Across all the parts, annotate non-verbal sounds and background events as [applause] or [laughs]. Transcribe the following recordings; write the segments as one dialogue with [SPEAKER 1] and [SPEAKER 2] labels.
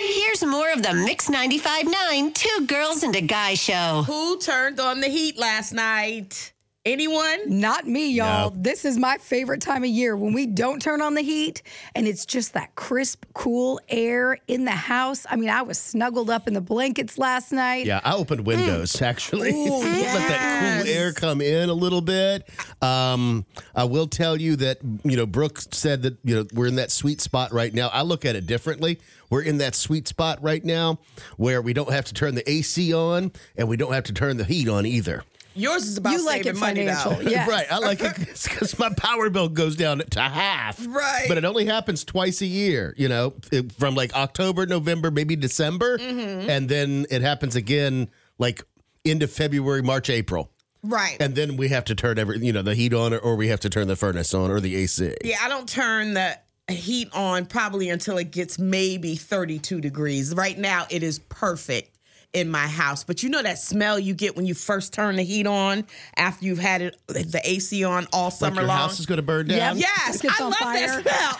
[SPEAKER 1] Here's more of the Mix 95.9 Two Girls and a Guy show.
[SPEAKER 2] Who turned on the heat last night? Anyone?
[SPEAKER 3] Not me, y'all. This is my favorite time of year when we don't turn on the heat and it's just that crisp, cool air in the house. I mean, I was snuggled up in the blankets last night.
[SPEAKER 4] Yeah, I opened windows actually. [laughs] Let that cool air come in a little bit. Um, I will tell you that you know Brooke said that you know we're in that sweet spot right now. I look at it differently. We're in that sweet spot right now where we don't have to turn the AC on and we don't have to turn the heat on either.
[SPEAKER 2] Yours is about
[SPEAKER 3] You like
[SPEAKER 2] saving
[SPEAKER 3] it
[SPEAKER 2] money
[SPEAKER 3] financial.
[SPEAKER 2] though.
[SPEAKER 3] Yes.
[SPEAKER 4] Right, I like it because my power bill goes down to half.
[SPEAKER 2] Right.
[SPEAKER 4] but it only happens twice a year. You know, it- from like October, November, maybe December,
[SPEAKER 2] Mm-hmm.
[SPEAKER 4] and then it happens again like into February, March, April.
[SPEAKER 2] [laughs] Right.
[SPEAKER 4] And then we have to turn every, you know, the heat on, or we have to turn the furnace on, or the AC.
[SPEAKER 2] yeah, I don't turn the heat on probably until it gets maybe 32 degrees. Right now it is perfect in my house. But you know that smell you get when you first turn the heat on after you've had it the AC on all
[SPEAKER 4] Like
[SPEAKER 2] summer
[SPEAKER 4] your
[SPEAKER 2] long?
[SPEAKER 4] house is going to burn down.
[SPEAKER 3] Yep.
[SPEAKER 2] Yes,
[SPEAKER 3] Gets
[SPEAKER 2] I
[SPEAKER 3] on
[SPEAKER 2] love
[SPEAKER 3] fire.
[SPEAKER 2] that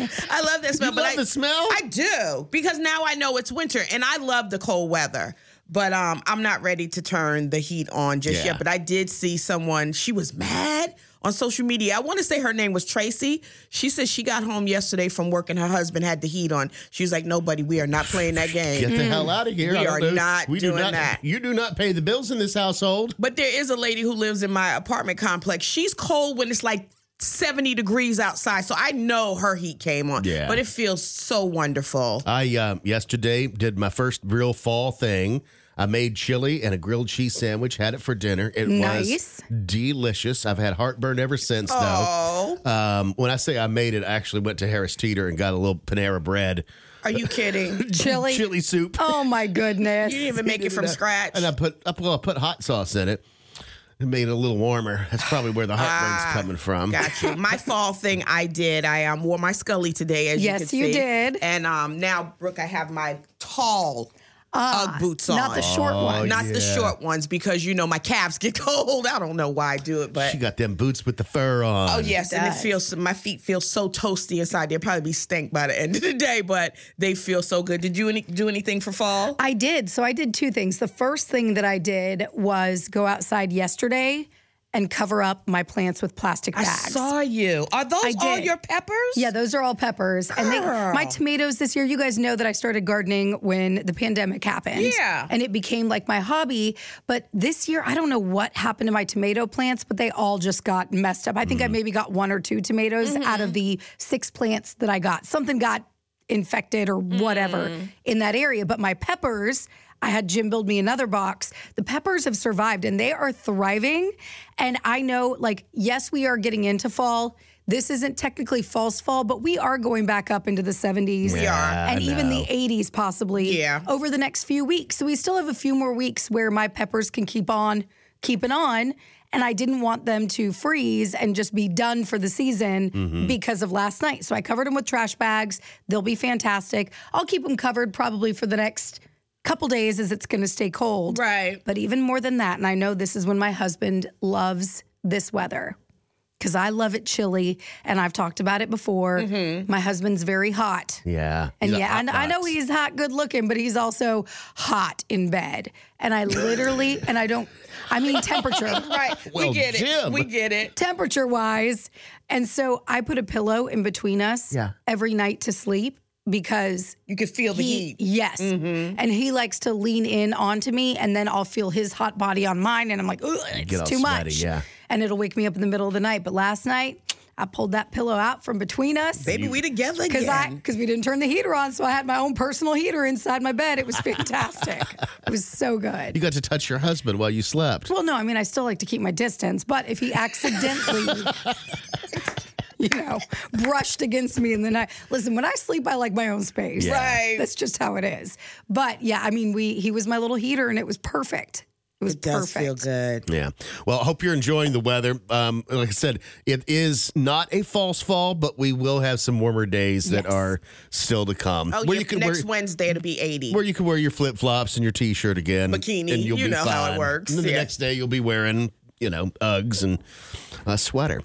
[SPEAKER 2] smell. [laughs]
[SPEAKER 4] [laughs]
[SPEAKER 2] I love that smell.
[SPEAKER 4] You
[SPEAKER 2] but
[SPEAKER 4] love
[SPEAKER 2] I,
[SPEAKER 4] the smell?
[SPEAKER 2] I do because now I know it's winter, and I love the cold weather. But um, I'm not ready to turn the heat on just
[SPEAKER 4] Yeah.
[SPEAKER 2] yet. But I did see someone; she was mad on social media. I want to say her name was Tracy. She said she got home yesterday from work, and her husband had the heat on. She was like, "Nobody, we are not playing that game."
[SPEAKER 4] Get the hell out of here.
[SPEAKER 2] Mm-hmm. We
[SPEAKER 4] I don't
[SPEAKER 2] are
[SPEAKER 4] know.
[SPEAKER 2] not
[SPEAKER 4] we do
[SPEAKER 2] doing
[SPEAKER 4] not,
[SPEAKER 2] that.
[SPEAKER 4] You do not pay the bills in this household.
[SPEAKER 2] But there is a lady who lives in my apartment complex. She's cold when it's like 70 degrees outside. So I know her heat came on.
[SPEAKER 4] Yeah.
[SPEAKER 2] But it feels so wonderful.
[SPEAKER 4] I uh, yesterday did my first real fall thing. I made chili and a grilled cheese sandwich. Had it for dinner. It
[SPEAKER 3] Nice.
[SPEAKER 4] was delicious. I've had heartburn ever since,
[SPEAKER 2] Oh,
[SPEAKER 4] though. Um, when I say I made it, I actually went to Harris Teeter and got a little Panera bread
[SPEAKER 2] are you
[SPEAKER 4] [laughs]
[SPEAKER 2] kidding? You
[SPEAKER 3] Chili.
[SPEAKER 4] chili soup.
[SPEAKER 2] [laughs]
[SPEAKER 3] Oh my goodness.
[SPEAKER 2] didn't even make it from
[SPEAKER 4] And I-
[SPEAKER 2] scratch.
[SPEAKER 4] And I put I put, well, I put hot sauce in it. It made it a little warmer. That's probably where the heartburn's coming from.
[SPEAKER 2] [laughs] Got you. My fall thing I did. I um, wore my Scully today, as
[SPEAKER 3] Yes,
[SPEAKER 2] you can
[SPEAKER 3] you
[SPEAKER 2] see.
[SPEAKER 3] did.
[SPEAKER 2] And um, now, Brooke, I have my tall UGG boots on.
[SPEAKER 3] Ah, Not the short one.
[SPEAKER 2] Not the
[SPEAKER 4] Oh, yeah.
[SPEAKER 2] short ones because, you know, my calves get [laughs] cold. I don't know why I do it, but.
[SPEAKER 4] She got them boots with the fur on.
[SPEAKER 2] Oh yes, and it
[SPEAKER 3] does.
[SPEAKER 2] feels my feet feel so toasty inside. They'll probably be stank by the end of the day, but they feel so good. Did you any, do anything for fall?
[SPEAKER 3] I did. So I did two things. The first thing that I did was go outside yesterday and cover up my plants with plastic
[SPEAKER 2] I
[SPEAKER 3] bags.
[SPEAKER 2] saw you. Are those all
[SPEAKER 3] did.
[SPEAKER 2] your peppers?
[SPEAKER 3] Yeah, those are all peppers. And they, my tomatoes this year, you guys know that I started gardening when the pandemic happened.
[SPEAKER 2] Yeah.
[SPEAKER 3] And it became like my hobby. But this year, I don't know what happened to my tomato plants, but they all just got messed up. I think I maybe got one or two tomatoes out of the six plants that I got. Something got infected or whatever in that area. But my peppers, I had Jim build me another box. The peppers have survived and they are thriving. And I know, like, yes, we are getting into fall. This isn't technically false fall, but we are going back up into the 70s.
[SPEAKER 4] We are.
[SPEAKER 3] And
[SPEAKER 4] I
[SPEAKER 3] even the
[SPEAKER 4] know.
[SPEAKER 3] 80s, possibly,
[SPEAKER 2] Yeah.
[SPEAKER 3] over the next few weeks. So we still have a few more weeks where my peppers can keep on keeping on. And I didn't want them to freeze and just be done for the season
[SPEAKER 4] Mm-hmm.
[SPEAKER 3] because of last night. So I covered them with trash bags. They'll be fantastic. I'll keep them covered probably for the next couple days as it's going to stay cold.
[SPEAKER 2] Right.
[SPEAKER 3] But even more than that, and I know this is when my husband loves this weather because I love it chilly and I've talked about it before.
[SPEAKER 2] Mm-hmm.
[SPEAKER 3] My husband's very hot.
[SPEAKER 4] yeah.
[SPEAKER 3] And
[SPEAKER 4] He's a
[SPEAKER 3] yeah,
[SPEAKER 4] hot
[SPEAKER 3] and I know
[SPEAKER 4] box.
[SPEAKER 3] he's hot, good looking, but he's also hot in bed. And I literally, and I don't, I
[SPEAKER 4] [laughs]
[SPEAKER 3] mean, temperature,
[SPEAKER 2] Right.
[SPEAKER 4] Well,
[SPEAKER 2] we get it.
[SPEAKER 4] Jim.
[SPEAKER 2] We get it.
[SPEAKER 3] temperature wise. And so I put a pillow in between us
[SPEAKER 4] Yeah.
[SPEAKER 3] every night to sleep because
[SPEAKER 2] You can feel the
[SPEAKER 3] he,
[SPEAKER 2] heat.
[SPEAKER 3] yes.
[SPEAKER 4] Mm-hmm.
[SPEAKER 3] And he likes to lean in onto me, and then I'll feel his hot body on mine. And I'm like, ooh, it's
[SPEAKER 4] all
[SPEAKER 3] too
[SPEAKER 4] sweaty,
[SPEAKER 3] much.
[SPEAKER 4] yeah.
[SPEAKER 3] And it'll wake me up in the middle of the night. But last night, I pulled that pillow out from between us.
[SPEAKER 2] Baby, we together
[SPEAKER 3] because I
[SPEAKER 2] again.
[SPEAKER 3] because we didn't turn the heater on, so I had my own personal heater inside my bed. It was
[SPEAKER 2] [laughs]
[SPEAKER 3] fantastic. it was so
[SPEAKER 4] You
[SPEAKER 3] good.
[SPEAKER 4] got to touch your husband while you slept.
[SPEAKER 3] Well, no, I mean I still like to keep my distance, but if he accidentally. [laughs] You know, brushed against me in the night. Listen, when I sleep, I like my own space.
[SPEAKER 2] Right.
[SPEAKER 3] That's just how it is. But yeah, I mean, we he was my little heater, and it was perfect. It was
[SPEAKER 2] it does
[SPEAKER 3] perfect.
[SPEAKER 2] feel good.
[SPEAKER 4] Yeah. Well, I hope you're enjoying the weather. Um, like I said, it is not a false fall, but we will have some warmer days that are still to come.
[SPEAKER 2] Oh, yeah,
[SPEAKER 4] you can
[SPEAKER 2] next
[SPEAKER 4] wear,
[SPEAKER 2] Wednesday it'll be 80.
[SPEAKER 4] where you can wear your flip flops and your t shirt again,
[SPEAKER 2] Bikini.
[SPEAKER 4] and you'll
[SPEAKER 2] You
[SPEAKER 4] be
[SPEAKER 2] know how it
[SPEAKER 4] fine.
[SPEAKER 2] works,
[SPEAKER 4] And then
[SPEAKER 2] yeah.
[SPEAKER 4] the next day you'll be wearing, you know, Uggs and a sweater.